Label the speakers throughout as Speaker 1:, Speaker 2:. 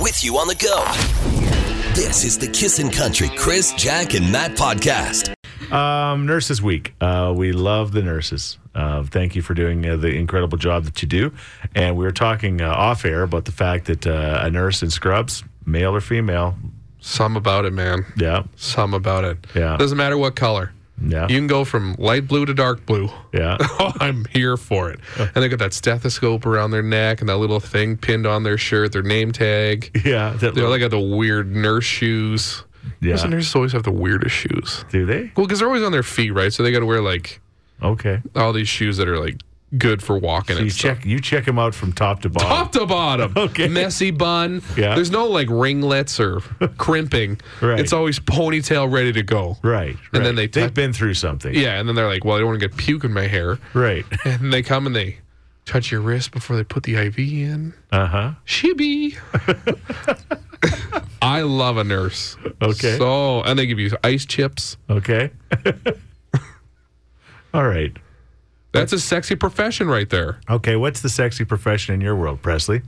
Speaker 1: with you on the go. This is the Kissin' Country Chris, Jack, and Matt podcast.
Speaker 2: Um, Nurses Week. Uh, we love the nurses. Uh, thank you for doing uh, the incredible job that you do. And we were talking uh, off air about the fact that uh, a nurse in scrubs, male or female,
Speaker 3: Some about it, man.
Speaker 2: yeah,
Speaker 3: Some about it.
Speaker 2: Yeah.
Speaker 3: Doesn't matter what color.
Speaker 2: yeah,
Speaker 3: You can go from light blue to dark blue.
Speaker 2: yeah,
Speaker 3: Oh, I'm here for it. And they got that stethoscope around their neck and that little thing pinned on their shirt, their name tag.
Speaker 2: yeah. That
Speaker 3: They
Speaker 2: little-
Speaker 3: all got the weird nurse shoes.
Speaker 2: yeah.
Speaker 3: Doesn't nurses always have the weirdest shoes?
Speaker 2: Do they?
Speaker 3: Well, because they're always on their feet, right? So they got to wear like
Speaker 2: Okay.
Speaker 3: all these shoes that are like good for walking
Speaker 2: So you
Speaker 3: and stuff.
Speaker 2: check you check them out from top to bottom.
Speaker 3: Top to bottom.
Speaker 2: Okay.
Speaker 3: Messy bun.
Speaker 2: Yeah.
Speaker 3: There's no like ringlets or crimping.
Speaker 2: Right.
Speaker 3: It's always ponytail ready to go.
Speaker 2: Right, right.
Speaker 3: And then they
Speaker 2: they've
Speaker 3: tuck-
Speaker 2: been through something.
Speaker 3: Yeah, and then they're like, "Well, I don't want to get puke in my hair."
Speaker 2: Right.
Speaker 3: And they come and they touch your wrist before they put the IV in.
Speaker 2: Uh huh.
Speaker 3: Shibby. I love a nurse.
Speaker 2: Okay.
Speaker 3: So, and they give you ice chips.
Speaker 2: Okay. All right.
Speaker 3: That's a sexy profession right there.
Speaker 2: Okay. What's the sexy profession in your world, Presley?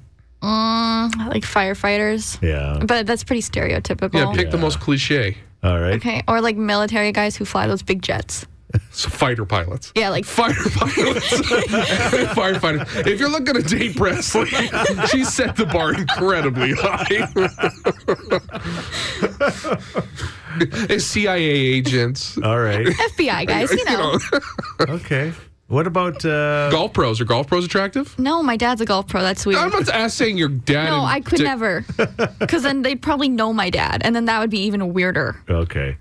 Speaker 4: Mm, like firefighters.
Speaker 2: Yeah.
Speaker 4: But that's pretty stereotypical.
Speaker 3: Yeah, pick the most cliche.
Speaker 2: All right.
Speaker 4: okay, or like military guys who fly those big jets.
Speaker 3: It's fighter pilots.
Speaker 4: Yeah, like
Speaker 3: Fire pilots. Firefighters. If you're looking to date Presley, she set the bar incredibly high. It's CIA agents.
Speaker 2: All right.
Speaker 4: FBI guys, you know.
Speaker 2: Okay. What about uh,
Speaker 3: Golf pros. Are golf pros attractive?
Speaker 4: No, my dad's a golf pro. That's weird.
Speaker 3: I'm not ask saying your dad.
Speaker 4: no,
Speaker 3: and
Speaker 4: I could
Speaker 3: dick-
Speaker 4: never. Because then they'd probably know my dad, and then that would be even weirder.
Speaker 2: Okay.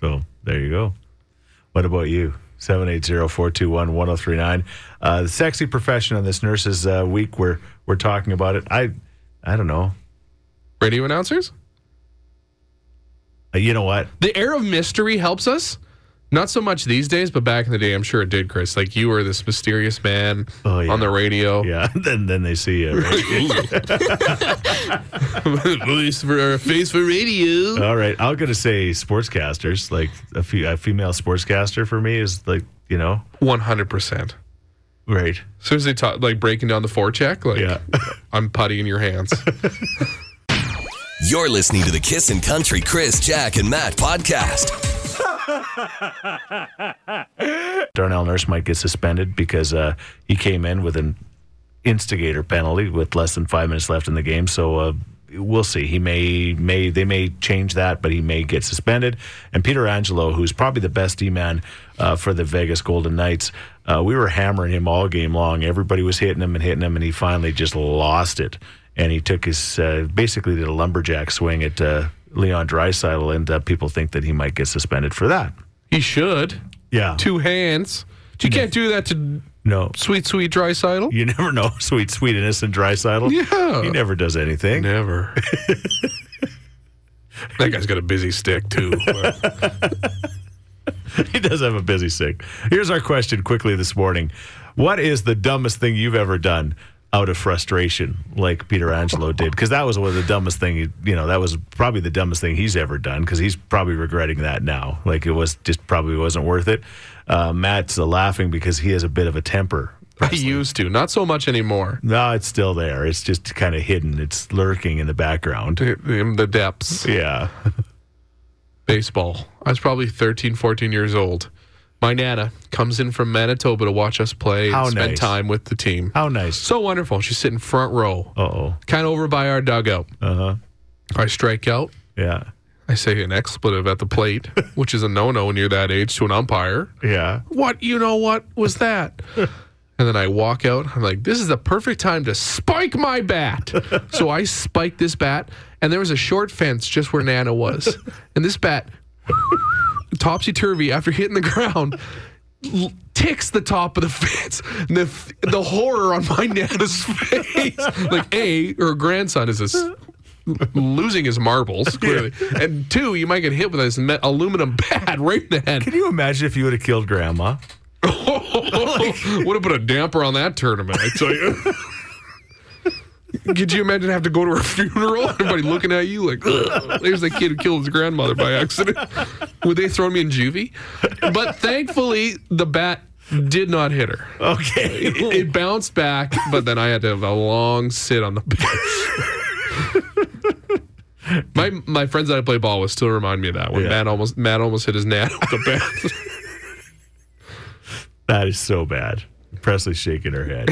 Speaker 2: So there you go. What about you? 780-421-1039. Uh, the sexy profession on this nurses uh, week we're we're talking about it. I I don't know.
Speaker 3: Radio announcers?
Speaker 2: Uh, you know what?
Speaker 3: The air of mystery helps us. Not so much these days, but back in the day, I'm sure it did, Chris. Like you were this mysterious man
Speaker 2: Oh, yeah.
Speaker 3: on the radio.
Speaker 2: Yeah. then then they see you. right?
Speaker 3: Voice for face for radio.
Speaker 2: All right. I'm going to say sportscasters. Like a, fe- a female sportscaster for me is like, you know,
Speaker 3: One hundred percent.
Speaker 2: right.
Speaker 3: Seriously, talk, like breaking down the forecheck. Like
Speaker 2: Yeah.
Speaker 3: I'm putty in your hands.
Speaker 1: You're listening to the Kissin' Country Chris, Jack, and Matt podcast.
Speaker 2: Darnell Nurse might get suspended because uh, he came in with an instigator penalty with less than five minutes left in the game. So uh, we'll see. He may may they may change that, but he may get suspended. And Peter Angelo, who's probably the best D man uh, for the Vegas Golden Knights, uh, we were hammering him all game long. Everybody was hitting him and hitting him, and he finally just lost it. And he took his uh, basically did a lumberjack swing at uh, Leon Dreisaitl, and uh, people think that he might get suspended for that.
Speaker 3: he should.
Speaker 2: Yeah,
Speaker 3: Two hands. You can't do that to
Speaker 2: no,
Speaker 3: sweet, sweet dry
Speaker 2: You never know. Sweet, sweet, innocent Drysidle.
Speaker 3: Yeah.
Speaker 2: He never does anything.
Speaker 3: Never. that guy's got a busy stick too.
Speaker 2: He does have a busy sick. Here's our question quickly this morning What is the dumbest thing you've ever done out of frustration, like Peter Angelo did? Because that was one of the dumbest thing, he- you know, that was probably the dumbest thing he's ever done because he's probably regretting that now. Like it was just probably wasn't worth it. Uh, Matt's uh, laughing because he has a bit of a temper.
Speaker 3: I used to, not so much anymore.
Speaker 2: No, it's still there. It's just kind of hidden. It's lurking in the background.
Speaker 3: In the depths.
Speaker 2: Yeah.
Speaker 3: baseball. I was probably 13, 14 years old. My nana comes in from Manitoba to watch us play
Speaker 2: How
Speaker 3: and spend
Speaker 2: nice.
Speaker 3: time with the team.
Speaker 2: How nice.
Speaker 3: so wonderful. She's sitting front row,
Speaker 2: Uh oh.
Speaker 3: kind of over by our dugout.
Speaker 2: Uh huh.
Speaker 3: I strike out.
Speaker 2: Yeah.
Speaker 3: I say an expletive at the plate, which is a no no when you're that age to an umpire.
Speaker 2: Yeah.
Speaker 3: What, you know, what was that? And then I walk out. I'm like, this is the perfect time to spike my bat. so I spiked this bat, and there was a short fence just where Nana was. And this bat, topsy turvy, after hitting the ground, l- ticks the top of the fence. And the, f- the horror on my Nana's face. Like, A, her grandson is this. Losing his marbles, clearly. And two, you might get hit with this me- aluminum bat right in the head.
Speaker 2: Can you imagine if you would have killed Grandma?
Speaker 3: Would have put a damper on that tournament, I tell you. Could you imagine have to go to her funeral? Everybody looking at you like, "Ugh, there's that kid who killed his grandmother by accident. Would they throw me in juvie? But thankfully, the bat did not hit her.
Speaker 2: Okay.
Speaker 3: It, it bounced back, but then I had to have a long sit on the bench. My my friends that I play ball with still remind me of that when
Speaker 2: Yeah.
Speaker 3: Matt almost Matt almost hit his nat with the bat.
Speaker 2: That is so bad. Presley's shaking her head.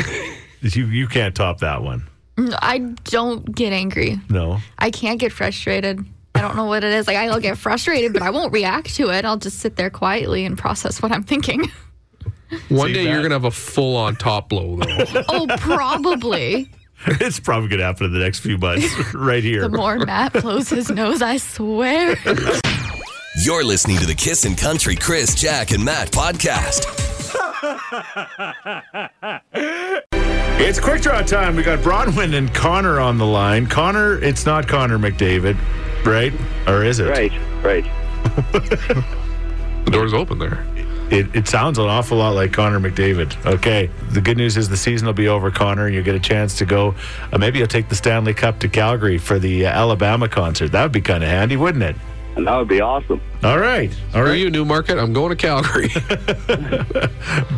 Speaker 2: you you can't top that one.
Speaker 4: I don't get angry.
Speaker 2: No.
Speaker 4: I can't get frustrated. I don't know what it is. Like I'll get frustrated, but I won't react to it. I'll just sit there quietly and process what I'm thinking.
Speaker 3: One
Speaker 2: See
Speaker 3: day
Speaker 2: that?
Speaker 3: you're gonna have a full on top blow though.
Speaker 4: Oh, probably.
Speaker 2: It's probably going to happen in the next few months right here.
Speaker 4: The more Matt blows his nose, I swear.
Speaker 1: You're listening to the Kissin' Country Chris, Jack, and Matt podcast.
Speaker 2: It's quick draw time. We got Bronwyn and Connor on the line. Connor, it's not Connor McDavid, right? Or is it?
Speaker 5: Right, right.
Speaker 3: the door's open there.
Speaker 2: It, it sounds an awful lot like Connor McDavid. Okay. The good news is the season will be over, Connor. You'll get a chance to go. Uh, maybe you'll take the Stanley Cup to Calgary for the uh, Alabama concert. That would be kind of handy, wouldn't it?
Speaker 5: And that would be awesome.
Speaker 2: All right. All
Speaker 3: Are
Speaker 2: right.
Speaker 3: you Newmarket? I'm going to Calgary.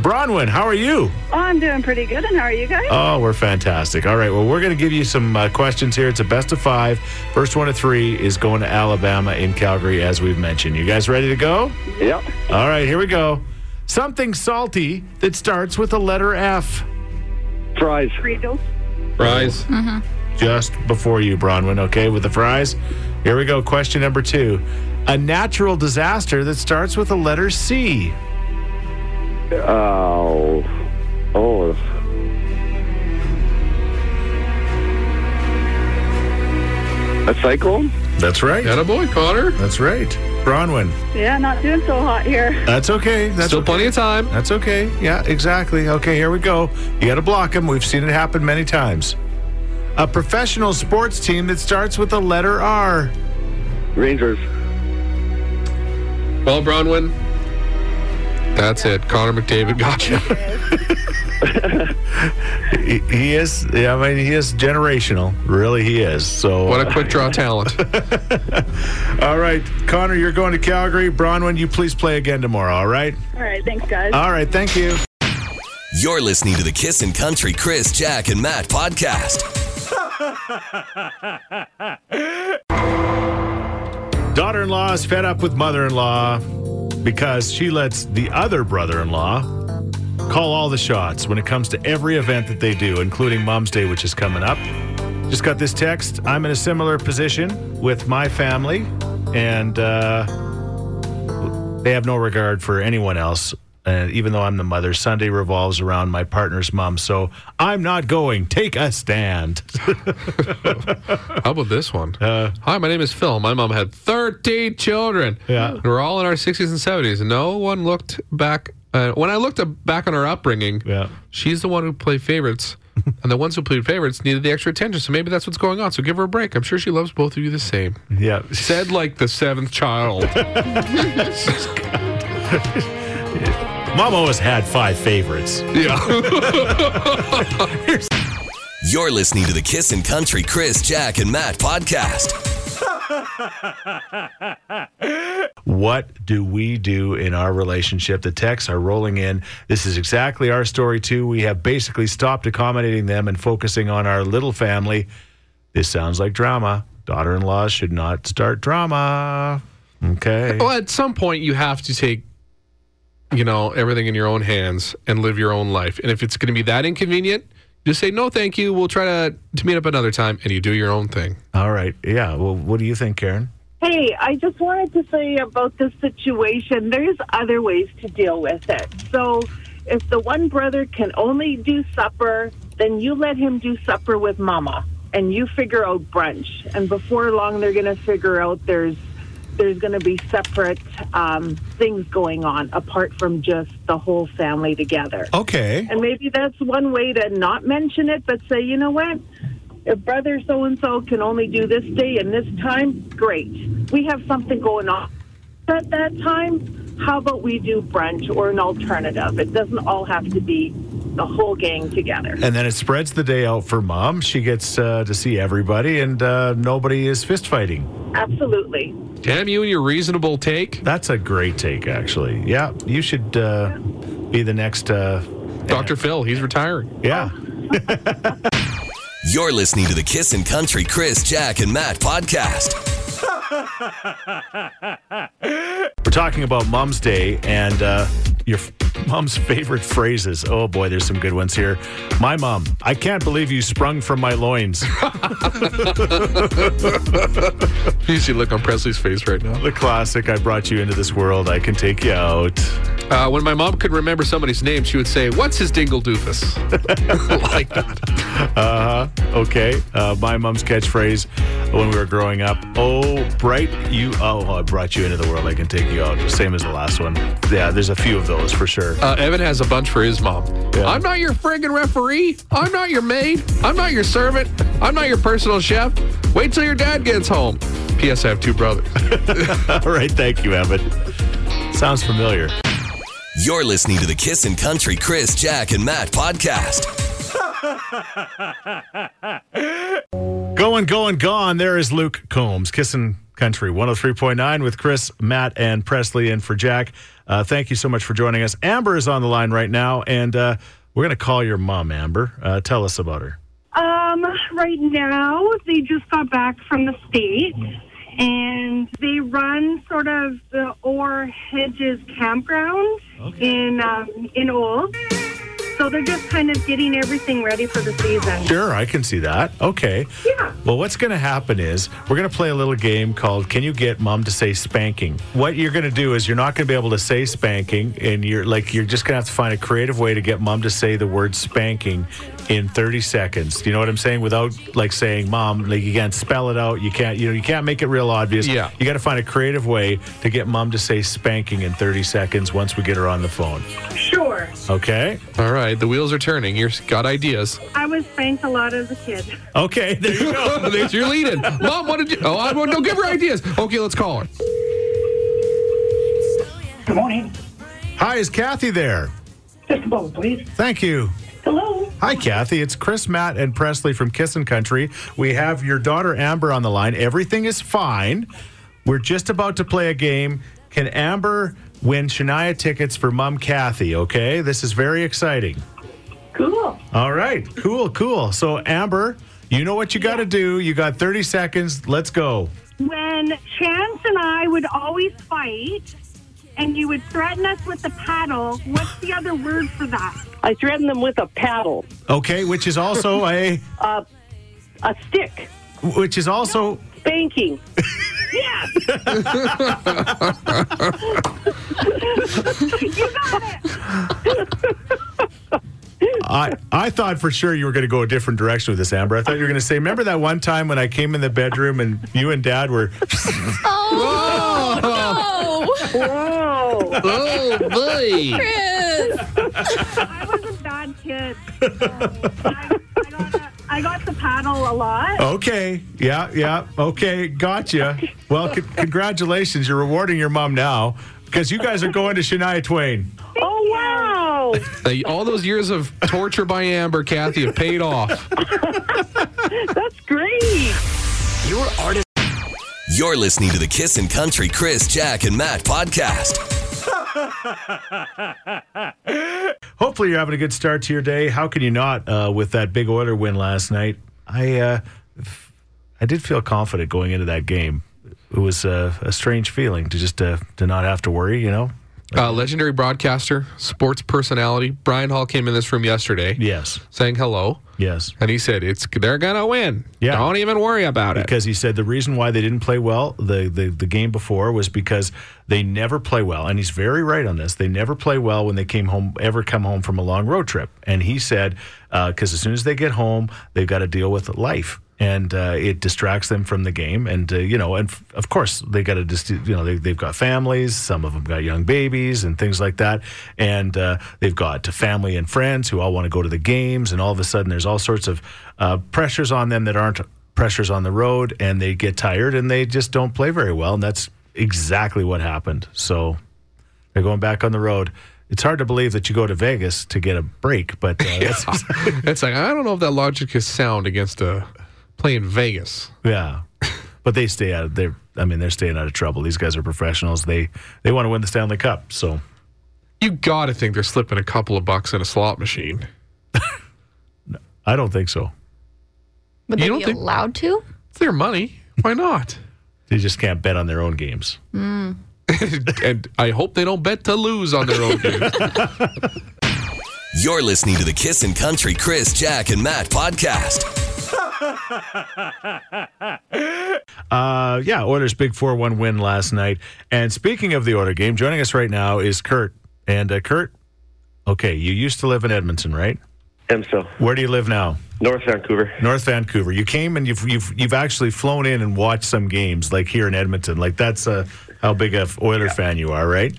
Speaker 2: Bronwyn, how are you?
Speaker 6: Oh, I'm doing pretty good. And how are you guys?
Speaker 2: Oh, we're fantastic. All right. Well, we're going to give you some uh, questions here. It's a best of five. First one of three is going to Alabama in Calgary, as we've mentioned. You guys ready to go?
Speaker 5: Yep.
Speaker 2: All right. Here we go. Something salty that starts with a letter F.
Speaker 5: Fries.
Speaker 6: Fritos.
Speaker 3: Rise.
Speaker 2: Just before you, Bronwyn. Okay, with the fries. Here we go. Question number two. A natural disaster that starts with a letter C.
Speaker 5: Oh. Oh. A cyclone?
Speaker 2: That's right.
Speaker 3: Got a boy, Connor.
Speaker 2: That's right. Bronwyn.
Speaker 6: Yeah, not doing so hot here.
Speaker 2: That's okay. That's
Speaker 3: Still
Speaker 2: okay.
Speaker 3: plenty of time.
Speaker 2: That's okay. Yeah, exactly. Okay, here we go. You got to block him. We've seen it happen many times. A professional sports team that starts with the letter R.
Speaker 5: Rangers.
Speaker 3: Well, Bronwyn. That's it. Connor McDavid got you.
Speaker 2: He, he is, yeah, I mean, he is generational. Really, he is. So,
Speaker 3: What a quick draw talent.
Speaker 2: all right, Connor, you're going to Calgary. Bronwyn, you please play again tomorrow, all right?
Speaker 6: All right, thanks, guys.
Speaker 2: All right, thank you.
Speaker 1: You're listening to the Kissin' Country Chris, Jack, and Matt podcast.
Speaker 2: Daughter in law is fed up with mother in law because she lets the other brother in law call all the shots when it comes to every event that they do, including Mom's Day, which is coming up. Just got this text. I'm in a similar position with my family, and uh, they have no regard for anyone else. And even though I'm the mother, Sunday revolves around my partner's mom. So I'm not going. Take a stand.
Speaker 3: How about this one? Hi, my name is Phil. My mom had 13 children.
Speaker 2: Yeah.
Speaker 3: And We're all in our 60s and 70s. No one looked back. Uh, when I looked up, back on her upbringing,
Speaker 2: Yeah.
Speaker 3: she's the one who played favorites. and the ones who played favorites needed the extra attention. So maybe that's what's going on. So give her a break. I'm sure she loves both of you the same.
Speaker 2: Yeah.
Speaker 3: Said like the seventh child.
Speaker 2: Mom always had five favorites.
Speaker 3: yeah.
Speaker 1: You're listening to the Kissin' Country Chris, Jack, and Matt podcast.
Speaker 2: What do we do in our relationship? The texts are rolling in. This is exactly our story, too. We have basically stopped accommodating them and focusing on our little family. This sounds like drama. Daughter in law should not start drama. Okay.
Speaker 3: well, at some point, you have to take. You know, everything in your own hands and live your own life. And if it's going to be that inconvenient, just say, no, thank you. We'll try to, to meet up another time and you do your own thing.
Speaker 2: All right. Yeah. Well, what do you think, Karen?
Speaker 6: Hey, I just wanted to say about this situation. There's other ways to deal with it. So, if the one brother can only do supper, then you let him do supper with mama, and you figure out brunch. And before long, they're going to figure out there's there's going to be separate um, things going on apart from just the whole family together.
Speaker 2: Okay.
Speaker 6: And maybe that's one way to not mention it, but say, you know what? If brother so and so can only do this day and this time, great. We have something going on at that time. How about we do brunch or an alternative? It doesn't all have to be the whole gang together.
Speaker 2: And then it spreads the day out for mom. She gets uh, to see everybody, and uh, nobody is fist fighting.
Speaker 6: Absolutely.
Speaker 3: Damn you and your reasonable take.
Speaker 2: That's a great take, actually. Yeah. You should uh, be the next. Uh,
Speaker 3: Dr. Phil, he's retiring.
Speaker 2: yeah.
Speaker 1: You're listening to the Kissin' Country Chris, Jack, and Matt podcast.
Speaker 2: We're talking about Mom's Day and uh, your f- mom's favorite phrases. Oh boy, there's some good ones here. My mom, I can't believe you sprung from my loins.
Speaker 3: You see, the look on Presley's face right now.
Speaker 2: the classic, I brought you into this world, I can take you out.
Speaker 3: Uh, when my mom could remember somebody's name, she would say, "What's his dingle doofus?" like that.
Speaker 2: Uh huh. Okay. Uh, my mom's catchphrase when we were growing up Oh, bright, you, oh, I brought you into the world, I can take you out. Same as the last one. Yeah, there's a few of those for sure.
Speaker 3: Uh, Evan has a bunch for his mom.
Speaker 2: Yeah.
Speaker 3: I'm not your friggin' referee. I'm not your maid. I'm not your servant. I'm not your personal chef. Wait till your dad gets home. P.S. I have two brothers.
Speaker 2: All right. Thank you, Evan. Sounds familiar.
Speaker 1: You're listening to the Kissin' Country Chris, Jack, and Matt podcast.
Speaker 2: Going, going, gone. There is Luke Combs, Kissin' Country 103.9 with Chris, Matt, and Presley, and for Jack. Uh, thank you so much for joining us. Amber is on the line right now, and uh, we're going to call your mom, Amber. Uh, tell us about her.
Speaker 7: Um, right now, they just got back from the state, and they run sort of the Orr Hedges campground in um, in Old. So they're just kind of getting everything ready for the season.
Speaker 2: Sure, I can see that. Okay.
Speaker 7: Yeah.
Speaker 2: Well, what's going to happen is we're going to play a little game called Can You Get Mom to Say Spanking? What you're going to do is you're not going to be able to say spanking, and you're like, you're just going to have to find a creative way to get mom to say the word spanking in 30 seconds. You know what I'm saying? Without like saying mom, like you can't spell it out. You can't, you know, you can't make it real obvious.
Speaker 3: Yeah.
Speaker 2: You got to find a creative way to get mom to say spanking in 30 seconds once we get her on the phone.
Speaker 7: Sure.
Speaker 2: Okay.
Speaker 3: All right, the wheels are turning. You've got ideas.
Speaker 7: I was spanked a lot as a kid.
Speaker 2: Okay. There you go.
Speaker 3: There's your lead-in. Mom, what did you? Oh, I, don't give her ideas. Okay, let's call her.
Speaker 8: Good morning.
Speaker 2: Hi, is Kathy there?
Speaker 8: Just a moment, please.
Speaker 2: Thank you.
Speaker 8: Hello.
Speaker 2: Hi, Kathy. It's Chris, Matt, and Presley from Kissin' Country. We have your daughter Amber on the line. Everything is fine. We're just about to play a game. Can Amber win Shania tickets for Mom Kathy? Okay, this is very exciting.
Speaker 8: Cool.
Speaker 2: All right, cool, cool. So, Amber, you know what you got to do. You got 30 seconds. Let's go.
Speaker 7: When Chance and I would always fight, and you would threaten us with the paddle. What's the other word for that?
Speaker 8: I threaten them with a paddle,
Speaker 2: Okay, which is also a,
Speaker 8: a stick,
Speaker 2: which is also.
Speaker 8: spanking.
Speaker 7: Yes.
Speaker 2: I, I thought for sure you were going to go a different direction with this, Amber. I thought you were going to say, remember that one time when I came in the bedroom and you and Dad were
Speaker 4: Oh, no.
Speaker 8: Whoa.
Speaker 3: Oh, boy.
Speaker 4: Chris.
Speaker 7: I was a bad kid. I, I, got a, I got the paddle a lot.
Speaker 2: Okay. Yeah. Yeah. Okay. Gotcha. Well, c- congratulations. You're rewarding your mom now because you guys are going to Shania Twain.
Speaker 8: Oh, wow.
Speaker 3: They- all those years of torture by Amber, Kathy, have paid off.
Speaker 8: That's great.
Speaker 1: You're listening to the Kissin' Country Chris, Jack, and Matt podcast.
Speaker 2: Hopefully, you're having a good start to your day. How can you not uh, with that big order win last night? I uh, f- I did feel confident going into that game. It was uh, a strange feeling to just uh, to not have to worry. You know.
Speaker 3: Uh, legendary broadcaster, sports personality Brian Hall came in this room yesterday,
Speaker 2: Yes.
Speaker 3: saying hello,
Speaker 2: Yes.
Speaker 3: and he said, "It's they're gonna win.
Speaker 2: Yeah.
Speaker 3: Don't even worry about it."
Speaker 2: because he said the reason why they didn't play well the, the the game before was because they never play well and he's very right on this they never play well when they came home ever come home from a long road trip and he said because as soon as they get home they've got to deal with life and uh, it distracts them from the game and uh, you know and f- of course they got to just you know they, they've got families some of them got young babies and things like that and uh, they've got family and friends who all want to go to the games and all of a sudden there's all sorts of uh, pressures on them that aren't pressures on the road and they get tired and they just don't play very well. And that's exactly what happened. So they're going back on the road. It's hard to believe that you go to Vegas to get a break, but uh, that's-
Speaker 3: it's like I don't know if that logic is sound against uh, playing Vegas.
Speaker 2: yeah. But they stay out of they I mean, they're staying out of trouble. These guys are professionals. They they want to win the Stanley Cup. So
Speaker 3: You gotta think they're slipping a couple of bucks in a slot machine.
Speaker 2: I don't think so.
Speaker 4: Would
Speaker 3: You
Speaker 4: they
Speaker 3: don't
Speaker 4: be
Speaker 3: think-
Speaker 4: allowed to?
Speaker 3: It's their money. Why not?
Speaker 2: They just can't bet on their own games.
Speaker 3: and I hope they don't bet to lose on their own games.
Speaker 1: You're listening to the Kissin' Country Chris, Jack, and Matt podcast.
Speaker 2: Uh, yeah, Oilers big four one win last night. And speaking of the order game, joining us right now is Kurt. And uh, Kurt, okay, you used to live in Edmonton, right?
Speaker 5: Am so.
Speaker 2: Where do you live now?
Speaker 5: North Vancouver.
Speaker 2: North Vancouver. You came and you've you've you've actually flown in and watched some games, like here in Edmonton. Like that's uh, how big a Oiler fan you are, right?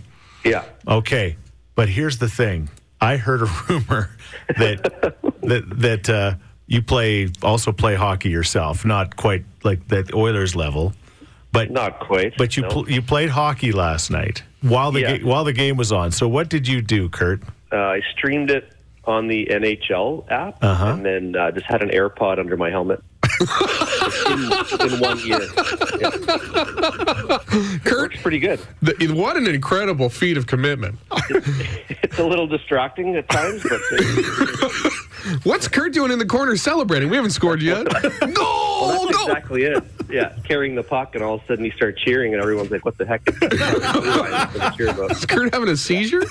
Speaker 5: Yeah.
Speaker 2: Okay, but here's the thing. I heard a rumor that that that uh, you play also play hockey yourself, not quite like that Oilers level, but
Speaker 5: Not quite.
Speaker 2: but you
Speaker 5: no.
Speaker 2: pl- you played hockey last night while the
Speaker 5: Yeah.
Speaker 2: ga- while the game was on. So what did you do, Kurt?
Speaker 5: uh, I streamed it on the NHL app
Speaker 2: Uh-huh.
Speaker 5: and then uh, just had an AirPod under my helmet. in, in one year. Yeah.
Speaker 3: Kurt,
Speaker 5: Works pretty good.
Speaker 3: the, what an incredible feat of commitment.
Speaker 5: It's a little distracting at times, but
Speaker 3: What's Kurt doing in the corner celebrating? We haven't scored yet. Goal!
Speaker 5: that's
Speaker 3: Goal!
Speaker 5: exactly it. Yeah, carrying the puck, and all of a sudden you start cheering, and everyone's like, "What the heck?" Is this?" Cheer about.
Speaker 3: Is Kurt having a seizure?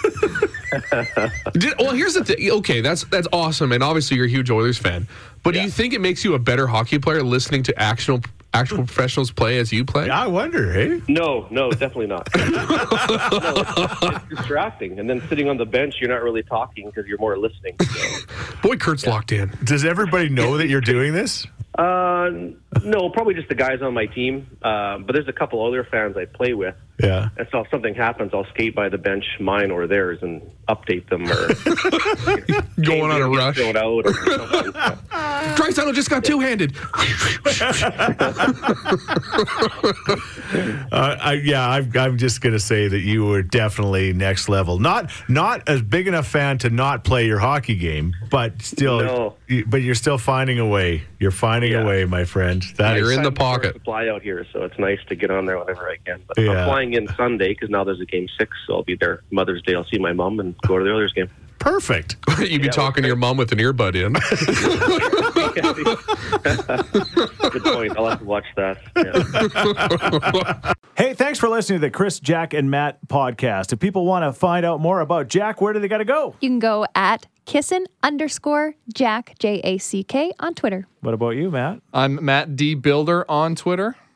Speaker 3: Did, well, here's the thing. Okay, that's that's awesome, and obviously you're a huge Oilers fan. But do you think it makes you a better hockey player listening to actual actual professionals play as you play?
Speaker 2: I wonder, hey.
Speaker 5: No, no, definitely not. no, it's, it's distracting, and then sitting on the bench, you're not really talking because you're more listening. So.
Speaker 3: Boy, Kurt's locked in.
Speaker 2: Does everybody know that you're doing this?
Speaker 5: Uh, no, probably just the guys on my team. Uh, but there's a couple other fans I play with.
Speaker 2: Yeah.
Speaker 5: And so if something happens, I'll skate by the bench, mine or theirs, and update them or
Speaker 3: Going on a
Speaker 5: get
Speaker 3: rush.
Speaker 5: thrown out or something.
Speaker 3: Drysdale just got two-handed.
Speaker 2: Uh, I, yeah, I'm, I'm just gonna say that you were definitely next level. Not not a big enough fan to not play your hockey game, but still,
Speaker 5: No.
Speaker 2: you- but you're still finding a way. You're finding a
Speaker 5: Yeah.
Speaker 2: way, my friend. That
Speaker 3: You're
Speaker 2: is-
Speaker 3: in the pocket.
Speaker 5: to fly out here, so it's nice to get on there whenever I can. But
Speaker 2: Yeah.
Speaker 5: I'm flying in Sunday because now there's a game six, so I'll be there Mother's Day. I'll see my mom and go to the Oilers game.
Speaker 2: perfect.
Speaker 3: You'd be talking to your mom with an earbud in.
Speaker 5: Good point. I'll have to watch that. Yeah.
Speaker 9: Hey, thanks for listening to the Chris, Jack, and Matt podcast. If people want to find out more about Jack, where do they got to go?
Speaker 10: You can go at kissin underscore Jack, J A C K, on Twitter.
Speaker 9: What about you, Matt?
Speaker 11: I'm Matt D Builder on Twitter.